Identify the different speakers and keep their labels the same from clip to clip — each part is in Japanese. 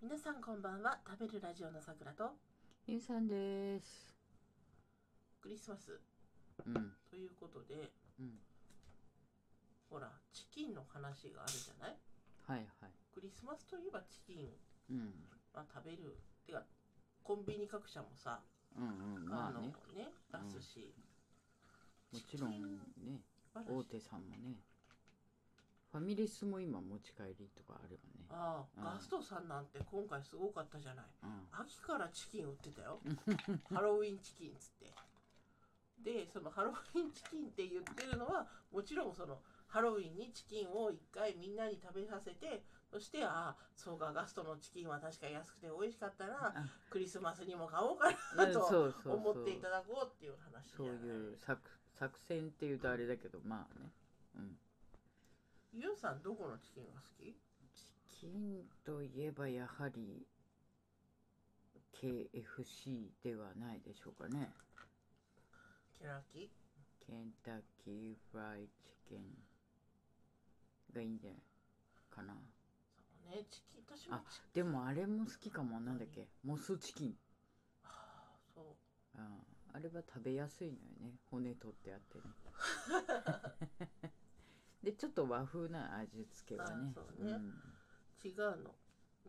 Speaker 1: 皆さんこんばんは食べるラジオのさくらと
Speaker 2: ゆうさんです。
Speaker 1: クリスマス
Speaker 2: うん。
Speaker 1: ということで
Speaker 2: うん。
Speaker 1: ほらチキンの話があるじゃない
Speaker 2: はいはい。
Speaker 1: クリスマスといえばチキン
Speaker 2: うん。
Speaker 1: は食べるてかコンビニ各社もさ
Speaker 2: うんうん。ま
Speaker 1: あ
Speaker 2: あ
Speaker 1: の
Speaker 2: ね。
Speaker 1: ね出すし、
Speaker 2: もちろんね、
Speaker 1: あら
Speaker 2: 大手さんもね。ファミレスも今持ち帰りとかあるよね。
Speaker 1: ああ、
Speaker 2: うん
Speaker 1: ガストさんなんて今回すごかったじゃない
Speaker 2: うん。
Speaker 1: 秋からチキン売ってたよハロウィンチキンっつってでそのハロウィンチキンって言ってるのはもちろんそのハロウィンにチキンを一回みんなに食べさせてそしてああそうかガストのチキンは確か安くて美味しかったな
Speaker 2: あ
Speaker 1: クリスマスにも買おうかな
Speaker 2: うん
Speaker 1: と
Speaker 2: そうそう
Speaker 1: 思ってい
Speaker 2: そ
Speaker 1: た
Speaker 2: う。
Speaker 1: だこうっていう話
Speaker 2: そういう作作戦っていうとあれだけど、まあね。うん。
Speaker 1: ゆうさんどこのチキンが好き
Speaker 2: チキンといえばやはり KFC ではないでしょうかね。
Speaker 1: ケラキ
Speaker 2: ケンタッキーフライチキンがいいんじゃないかな。
Speaker 1: そうねチキン私も
Speaker 2: あでもあれも好きかも。なんだっけモスチキン。
Speaker 1: ああそう
Speaker 2: ああれは食べやすいのよね。骨取ってあってね。 で、ちょっと和風な味付けが
Speaker 1: あ
Speaker 2: ね。
Speaker 1: そうね
Speaker 2: ん
Speaker 1: 違うの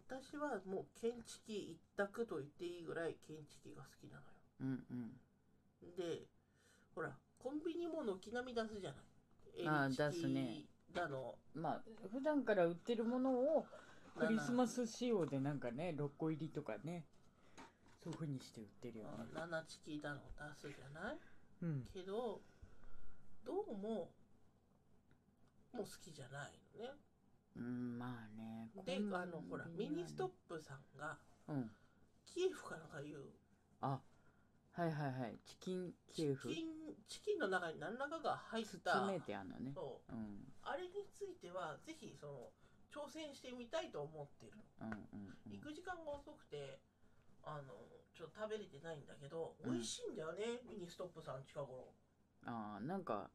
Speaker 1: 私はもう建築一択と言っていいぐらい建築が好きなのよ
Speaker 2: うんうん。
Speaker 1: でほらコンビニも軒並み出すじゃない
Speaker 2: あー
Speaker 1: エリチキ
Speaker 2: 出すね
Speaker 1: だの
Speaker 2: まあ普段から売ってるものをクリスマス仕様でなんかね6個入りとかねそういうふうにして売ってるよね
Speaker 1: ナナチキだの出すじゃない
Speaker 2: うん
Speaker 1: けどどうももう好きじゃないのね
Speaker 2: うんまあね
Speaker 1: で
Speaker 2: コンビニは
Speaker 1: あ
Speaker 2: ね
Speaker 1: のほらミニストップさんが
Speaker 2: うん
Speaker 1: キエフかなんかいう
Speaker 2: あはいはいはいチキンキエフ
Speaker 1: チキンチキンの中に何らかが入った
Speaker 2: 包めてあんのね
Speaker 1: そう
Speaker 2: うん
Speaker 1: あれについてはぜひその挑戦してみたいと思ってるの、
Speaker 2: うんうんうん
Speaker 1: 行く時間が遅くてあのちょっと食べれてないんだけど、
Speaker 2: うん
Speaker 1: 美味しいんだよねミニストップさん近頃
Speaker 2: ああなんか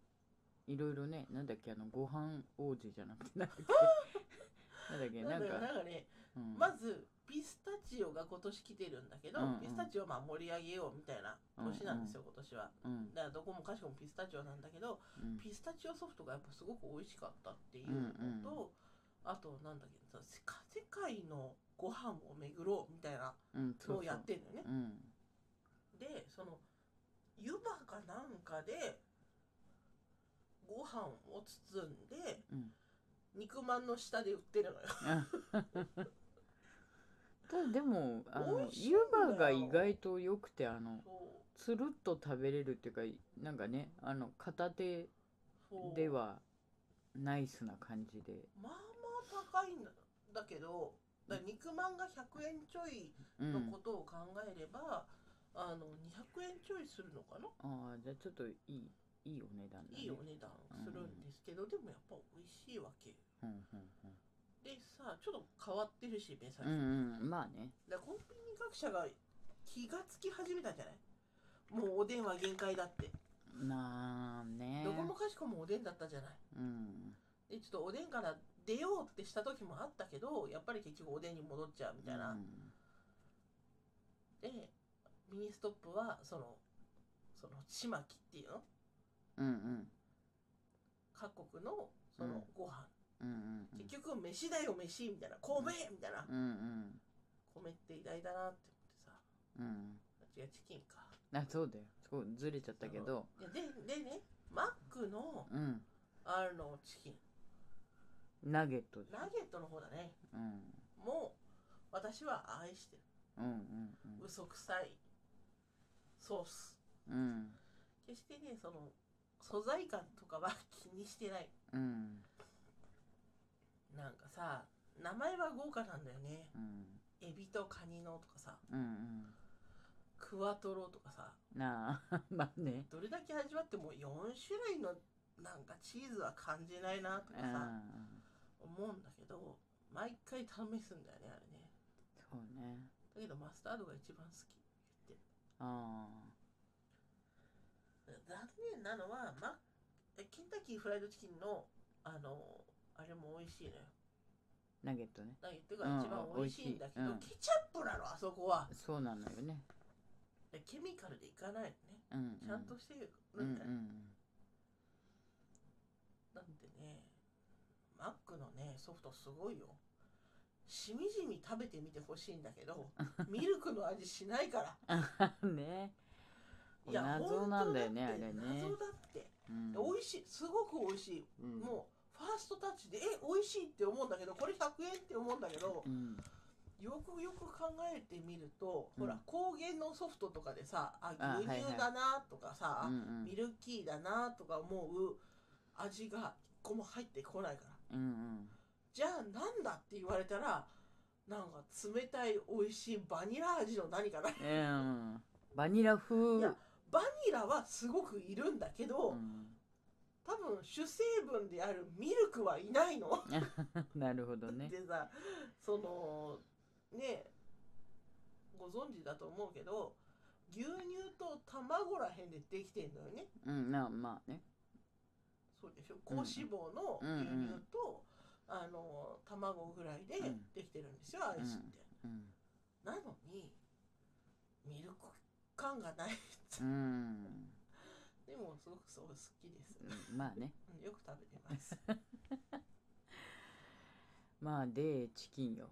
Speaker 2: いろいろねなんだっけあのご飯王子じゃなくてなんだっ け
Speaker 1: な
Speaker 2: なん
Speaker 1: ん
Speaker 2: だ
Speaker 1: か
Speaker 2: っけなん
Speaker 1: な
Speaker 2: か、
Speaker 1: んかね、
Speaker 2: うん、
Speaker 1: まずピスタチオが今年来てるんだけど、
Speaker 2: うんうん
Speaker 1: ピスタチオをまあ盛り上げようみたいな年なんですよ、今年は
Speaker 2: うん
Speaker 1: だからどこもかしこもピスタチオなんだけど
Speaker 2: うん
Speaker 1: ピスタチオソフトがやっぱすごく美味しかったっていうのと、
Speaker 2: うん
Speaker 1: あとなんだっけさ世界世界のご飯を巡ろうみたいな
Speaker 2: うんそ
Speaker 1: の
Speaker 2: うそ
Speaker 1: を
Speaker 2: う
Speaker 1: やってるのよね
Speaker 2: うん
Speaker 1: でその湯葉かなんかでご飯を包んで
Speaker 2: うん
Speaker 1: 肉まんの下で売ってるのよ
Speaker 2: ただでもあ
Speaker 1: 美
Speaker 2: の
Speaker 1: 味しいん
Speaker 2: 湯
Speaker 1: だよ
Speaker 2: 葉が意外と良くてあの
Speaker 1: そ
Speaker 2: つるっと食べれるっていうかなんかねあの片手
Speaker 1: うそう
Speaker 2: ではナイスな感じで、
Speaker 1: まあまあ高いんだだけどだから肉まんが100円ちょいうの
Speaker 2: ん
Speaker 1: こ、とを考えれば、あの200円ちょいするのかな
Speaker 2: ああじゃあちょっといいいいお値段だね
Speaker 1: いいお値段するんですけど、でもやっぱ美味しいわけ
Speaker 2: うんうん
Speaker 1: でさちょっと変わってるし目先、
Speaker 2: うん、うんうん、まあね
Speaker 1: だからコンビニ各社が気がつき始めたんじゃないもうおでんは限界だって
Speaker 2: なあね
Speaker 1: どこもかしこもおでんだったじゃない
Speaker 2: うん
Speaker 1: でちょっとおでんから出ようってした時もあったけどやっぱり結局おでんに戻っちゃうみたいな、
Speaker 2: うん
Speaker 1: でミニストップはそのそのちまきっていうの
Speaker 2: うんうん
Speaker 1: 各国のそのご飯、
Speaker 2: うんうんうん
Speaker 1: 結局飯だよ飯みたいな米みたいな、
Speaker 2: うんうん
Speaker 1: 米って偉大だなって
Speaker 2: うん
Speaker 1: 思ってさ違うチキンか
Speaker 2: あそうだよそうずれちゃったけど
Speaker 1: いやででねマックの
Speaker 2: うん
Speaker 1: あのチキン
Speaker 2: ナゲットです
Speaker 1: ナゲットの方だね
Speaker 2: うん
Speaker 1: もう私は愛してる
Speaker 2: うんうんうん
Speaker 1: 嘘くさいソース
Speaker 2: うん
Speaker 1: 決してねその素材感とかは気にしてない
Speaker 2: うん
Speaker 1: なんかさ名前は豪華なんだよね
Speaker 2: うん
Speaker 1: エビとカニのとかさ
Speaker 2: うんうん
Speaker 1: クワトロとかさ
Speaker 2: なあまあね
Speaker 1: どれだけ味わっても4種類のなんかチーズは感じないなと
Speaker 2: う
Speaker 1: かさ
Speaker 2: ん
Speaker 1: 思うんだけど毎回試すんだよねあれね
Speaker 2: そうね
Speaker 1: だけどマスタードが一番好き言って
Speaker 2: あ
Speaker 1: る残念なのは、ま、えケンタッキーフライドチキンのあのあれも美味しいのよ
Speaker 2: あナゲットね
Speaker 1: ナゲットが一番
Speaker 2: うんうん
Speaker 1: 美味しいんだけど、
Speaker 2: 美味し
Speaker 1: ケチャップなのあそこは
Speaker 2: そうなのよね
Speaker 1: でケミカルでいかないよね
Speaker 2: うん、うん、
Speaker 1: ちゃんとしてる
Speaker 2: うんう
Speaker 1: なん
Speaker 2: ん
Speaker 1: かなんでねマックのねソフトすごいよしみじみ食べてみてほしいんだけ どミルクの味しないから
Speaker 2: うんね
Speaker 1: いや
Speaker 2: 謎なんだよね
Speaker 1: 本当って
Speaker 2: あれね
Speaker 1: 謎だって、
Speaker 2: うん
Speaker 1: で美味しいすごく美味しい、
Speaker 2: うん
Speaker 1: もうファーストタッチでえ美味しいって思うんだけどこれ100円って思うんだけど、
Speaker 2: うん
Speaker 1: よくよく考えてみると、
Speaker 2: うん
Speaker 1: ほら高原のソフトとかでさあ
Speaker 2: あ
Speaker 1: 牛
Speaker 2: はいは
Speaker 1: 乳
Speaker 2: い
Speaker 1: だなとかさ、
Speaker 2: うんうん
Speaker 1: ミルキーだなとか思う味が一個も入ってこないから
Speaker 2: うん
Speaker 1: じゃあなんだって言われたらなんか冷たい美味しいバニラ味の何かな
Speaker 2: うんうんバニラ風
Speaker 1: いやバニラはすごくいるんだけど、
Speaker 2: うん
Speaker 1: 多分主成分であるミルクはいないの、
Speaker 2: なるほどね
Speaker 1: でさそのねご存知だと思うけど牛乳と卵らへんでできてんのよね
Speaker 2: うんなまあね
Speaker 1: そうでしょ高脂肪の牛乳と、あの卵ぐらいで
Speaker 2: うん
Speaker 1: できてるんですよ、アイスって。
Speaker 2: うん
Speaker 1: なのにミルク感がない
Speaker 2: うん
Speaker 1: でもすごくそう好きです
Speaker 2: うんまあね
Speaker 1: よく食べてます
Speaker 2: まあでチキンよ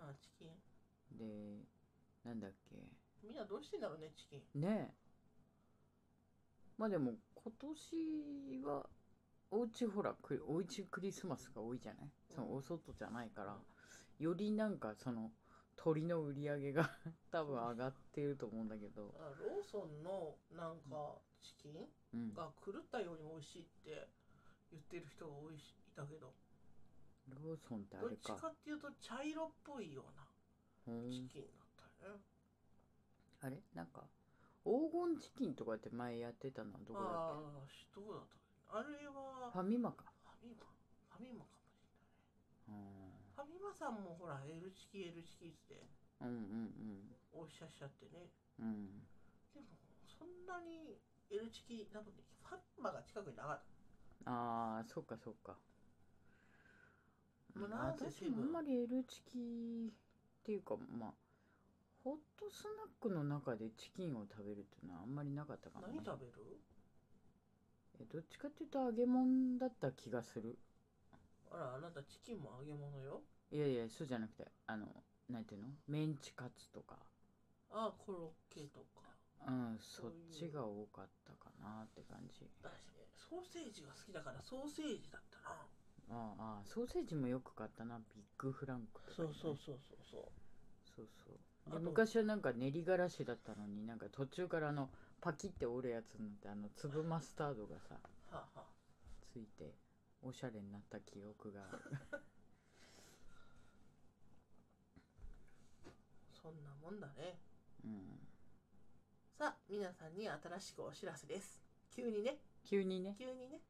Speaker 1: あチキン
Speaker 2: でなんだっけ
Speaker 1: みんなどうしてんだろうねチキン
Speaker 2: ねえまあでも今年はおうちほらクリおうちクリスマスが多いじゃないそのお外じゃないからよりなんかその鳥の売り上げが 多分上がってると思うんだけど、
Speaker 1: あローソンのなんかチキン
Speaker 2: うん、ロ
Speaker 1: が狂ったように美味しいって言ってる人が多いしいたけど
Speaker 2: ーソンってあ
Speaker 1: どっ
Speaker 2: れ
Speaker 1: ちか
Speaker 2: か
Speaker 1: っていうと茶色っぽいような
Speaker 2: う
Speaker 1: チ
Speaker 2: ん
Speaker 1: キンだったよね、
Speaker 2: あれなんか黄金チキンとかって前やってたのはどこだ
Speaker 1: あ
Speaker 2: っ
Speaker 1: あしどうだったっけあれは
Speaker 2: け
Speaker 1: フ
Speaker 2: ファミマか、
Speaker 1: ァミマファミマかもしれない
Speaker 2: うん、
Speaker 1: ファミマさんもほら L チキ L チキって
Speaker 2: うんうん
Speaker 1: おっしゃっしゃってね
Speaker 2: うんうん
Speaker 1: でもそんなに L チキなのにファンマが近くになかっ
Speaker 2: ああそうかそうか、
Speaker 1: もう
Speaker 2: うん
Speaker 1: なんせ
Speaker 2: 私もあんまり L チキっていうかまあホットスナックの中でチキンを食べるっていうのはあんまりなかった
Speaker 1: た
Speaker 2: かも、ね
Speaker 1: 何、食べる
Speaker 2: えどっちかっていうと揚げ物だった気がする
Speaker 1: あらあなたチキンも揚げ物よ
Speaker 2: いやいやそうじゃなくてあのなんていうのメンチカツとか
Speaker 1: ああコロッケとか
Speaker 2: うん
Speaker 1: そ
Speaker 2: そうっ
Speaker 1: いう
Speaker 2: ちが多かったかなって感じ
Speaker 1: 私ねソーセージが好きだからソーセージだったな
Speaker 2: ああああソーセージもよく買ったなビッグフランクとかね、
Speaker 1: そうそうそ
Speaker 2: そうそう
Speaker 1: あ
Speaker 2: で
Speaker 1: と
Speaker 2: 昔はなんか練りがらしだったのになんか途中からあのパキって折るやつになってあの粒マスタードがさ
Speaker 1: うはあ、はあ、
Speaker 2: ついておしゃれになった記憶がある
Speaker 1: そんなもんだね
Speaker 2: うん
Speaker 1: さあ皆さんに新しくお知らせです急にね
Speaker 2: 急にね
Speaker 1: 急にね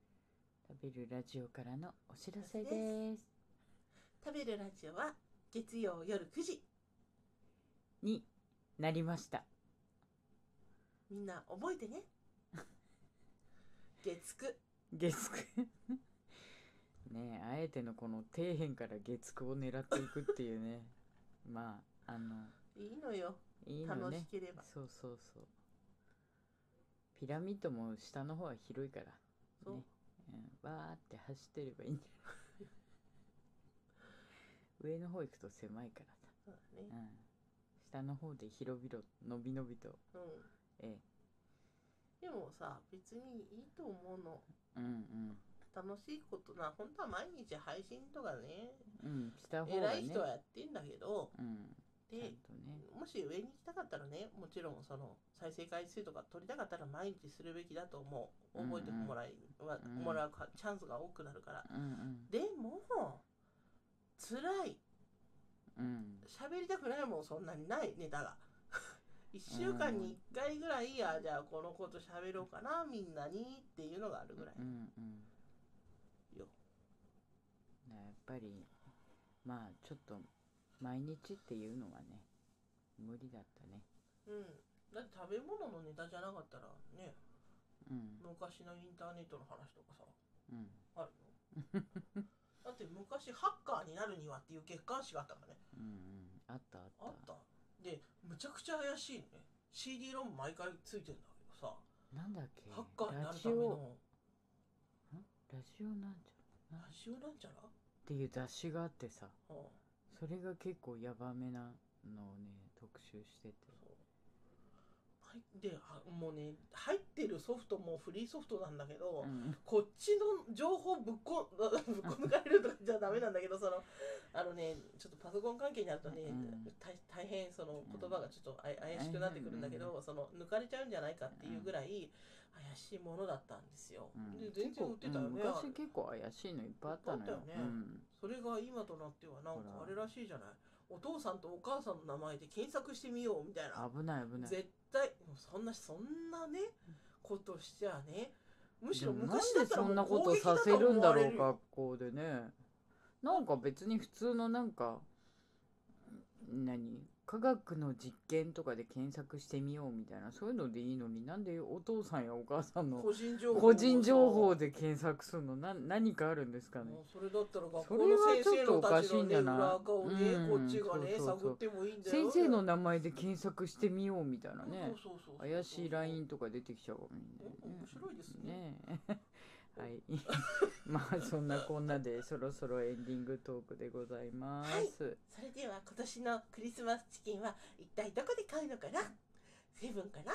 Speaker 2: 食べるラジオからのお知らせ
Speaker 1: お
Speaker 2: で
Speaker 1: 知らせ
Speaker 2: す
Speaker 1: 食べるラジオは月曜夜9時
Speaker 2: になりました
Speaker 1: みんな覚えて ね月9
Speaker 2: 月9 ねえあえてのこの底辺から月9を狙っていくっていうねまああの
Speaker 1: いいのよ
Speaker 2: いいの
Speaker 1: 楽
Speaker 2: ね
Speaker 1: しければ
Speaker 2: そうそうそうピラミッドも下の方は広いから
Speaker 1: そう、
Speaker 2: ねうん、わーって走ってればいいんじ ゃない上の方行くと狭いからさ、
Speaker 1: そうだね
Speaker 2: うん、下の方で広々のびのびと
Speaker 1: うん
Speaker 2: ええ
Speaker 1: でもさ別にいいと思うの
Speaker 2: うん
Speaker 1: 楽しいことな本当は毎日配信とかね
Speaker 2: うんうんした方が
Speaker 1: 偉
Speaker 2: ね
Speaker 1: い人はやってんだけど
Speaker 2: うんちゃん
Speaker 1: で
Speaker 2: とね
Speaker 1: もし上に行きたかったらねもちろんその再生回数とか取りたかったら毎日するべきだと思う覚えてもらえは
Speaker 2: うん
Speaker 1: もらうかチャンスが多くなるから
Speaker 2: うん
Speaker 1: でも辛い
Speaker 2: うんうん
Speaker 1: 喋りたくないもんそんなにないネタが1週間に1回ぐらいやじゃあこのこと喋ろうかなみんなにっていうのがあるぐらい、
Speaker 2: うんうん
Speaker 1: よ
Speaker 2: だからやっぱりまあちょっと毎日っていうのはね無理だったね
Speaker 1: うん、だって食べ物のネタじゃなかったらね
Speaker 2: うん
Speaker 1: 昔のインターネットの話とかさ
Speaker 2: うん
Speaker 1: あるだって昔ハッカーになるにはっていう月刊誌があったからね
Speaker 2: うんうんあったあった
Speaker 1: あったでむちゃくちゃ怪しいね CD ロン毎回ついてんだけどさ
Speaker 2: なんだっけ
Speaker 1: ハッカーにな
Speaker 2: ラ
Speaker 1: る
Speaker 2: ジ
Speaker 1: ため
Speaker 2: オ
Speaker 1: の
Speaker 2: ラジオなんちゃ
Speaker 1: ラジオなんちゃら、
Speaker 2: っていう雑誌があってさ
Speaker 1: うん、
Speaker 2: それが結構ヤバめなのをね特集してて
Speaker 1: そうはいであもうね入ってるソフトもフリーソフトなんだけど、
Speaker 2: うん
Speaker 1: こっちの情報ぶっこ ぶっこ抜かれるとかじゃダメなんだけどそのあのねちょっとパソコン関係になるとね、
Speaker 2: うん
Speaker 1: 大大変その
Speaker 2: うん
Speaker 1: 言葉がちょっとあい怪しくなってくるんだけど、その抜かれちゃうんじゃないかっていうぐらい怪しいものだったんですよ。
Speaker 2: うん
Speaker 1: で全然売ってたよね、
Speaker 2: 結構うん昔結構怪しいのいっぱいあったの
Speaker 1: いっぱいあ
Speaker 2: よ
Speaker 1: ったよ
Speaker 2: う
Speaker 1: ね
Speaker 2: ん
Speaker 1: それが今となってはなんかあれらしいじゃないお父さんとお母さんの名前で検索してみようみたいな。
Speaker 2: 危ない危ない
Speaker 1: 絶対そんなそんなねことしちゃねむしろ
Speaker 2: でもなん
Speaker 1: 昔だ
Speaker 2: で
Speaker 1: った
Speaker 2: そ
Speaker 1: らも
Speaker 2: んな
Speaker 1: う
Speaker 2: こ
Speaker 1: 攻
Speaker 2: と
Speaker 1: 撃
Speaker 2: さ
Speaker 1: だと
Speaker 2: せるん
Speaker 1: 思
Speaker 2: だ
Speaker 1: わ
Speaker 2: ろ
Speaker 1: れ
Speaker 2: う
Speaker 1: るよ
Speaker 2: 学校でねなんか別に普通のなんか何科学の実験とかで検索してみようみたいなそういうのでいいのになんでお父さんやお母さんの
Speaker 1: 個人情報
Speaker 2: 個人情報で検索するのな何かあるんですかね
Speaker 1: もうそれだったら学
Speaker 2: そ
Speaker 1: 校
Speaker 2: れ
Speaker 1: の
Speaker 2: は
Speaker 1: 先
Speaker 2: ちょ
Speaker 1: 生
Speaker 2: っと
Speaker 1: の
Speaker 2: おか
Speaker 1: た
Speaker 2: し
Speaker 1: ち
Speaker 2: い
Speaker 1: のね
Speaker 2: んじゃ
Speaker 1: 裏
Speaker 2: ない
Speaker 1: 側をね
Speaker 2: うん
Speaker 1: こっちがね
Speaker 2: そうそうそう
Speaker 1: 探ってもいいんだよ
Speaker 2: 先生の名前で検索してみようみたいなね
Speaker 1: そうそうそうそう
Speaker 2: 怪しい LINE とか出てきちゃうかもしれないね
Speaker 1: 面白いですね
Speaker 2: ねえ はいまあそんなこんな でそろそろエンディングトークでございます、
Speaker 1: それでは今年のクリスマスチキンは一体どこで買うのかなセブンかな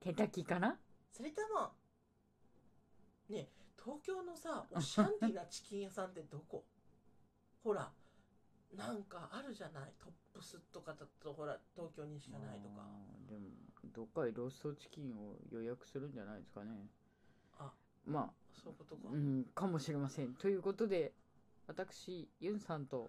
Speaker 2: 手炊きかな
Speaker 1: それともね東京のさおしゃんティなチキン屋さんってどこ ほらなんかあるじゃないトップスとかだとほら東京にしかないとか
Speaker 2: あーでもどっかでローストチキンを予約するんじゃないですかね
Speaker 1: あ
Speaker 2: まあ
Speaker 1: そういうことか、
Speaker 2: うんかもしれませんということで私ユンさんと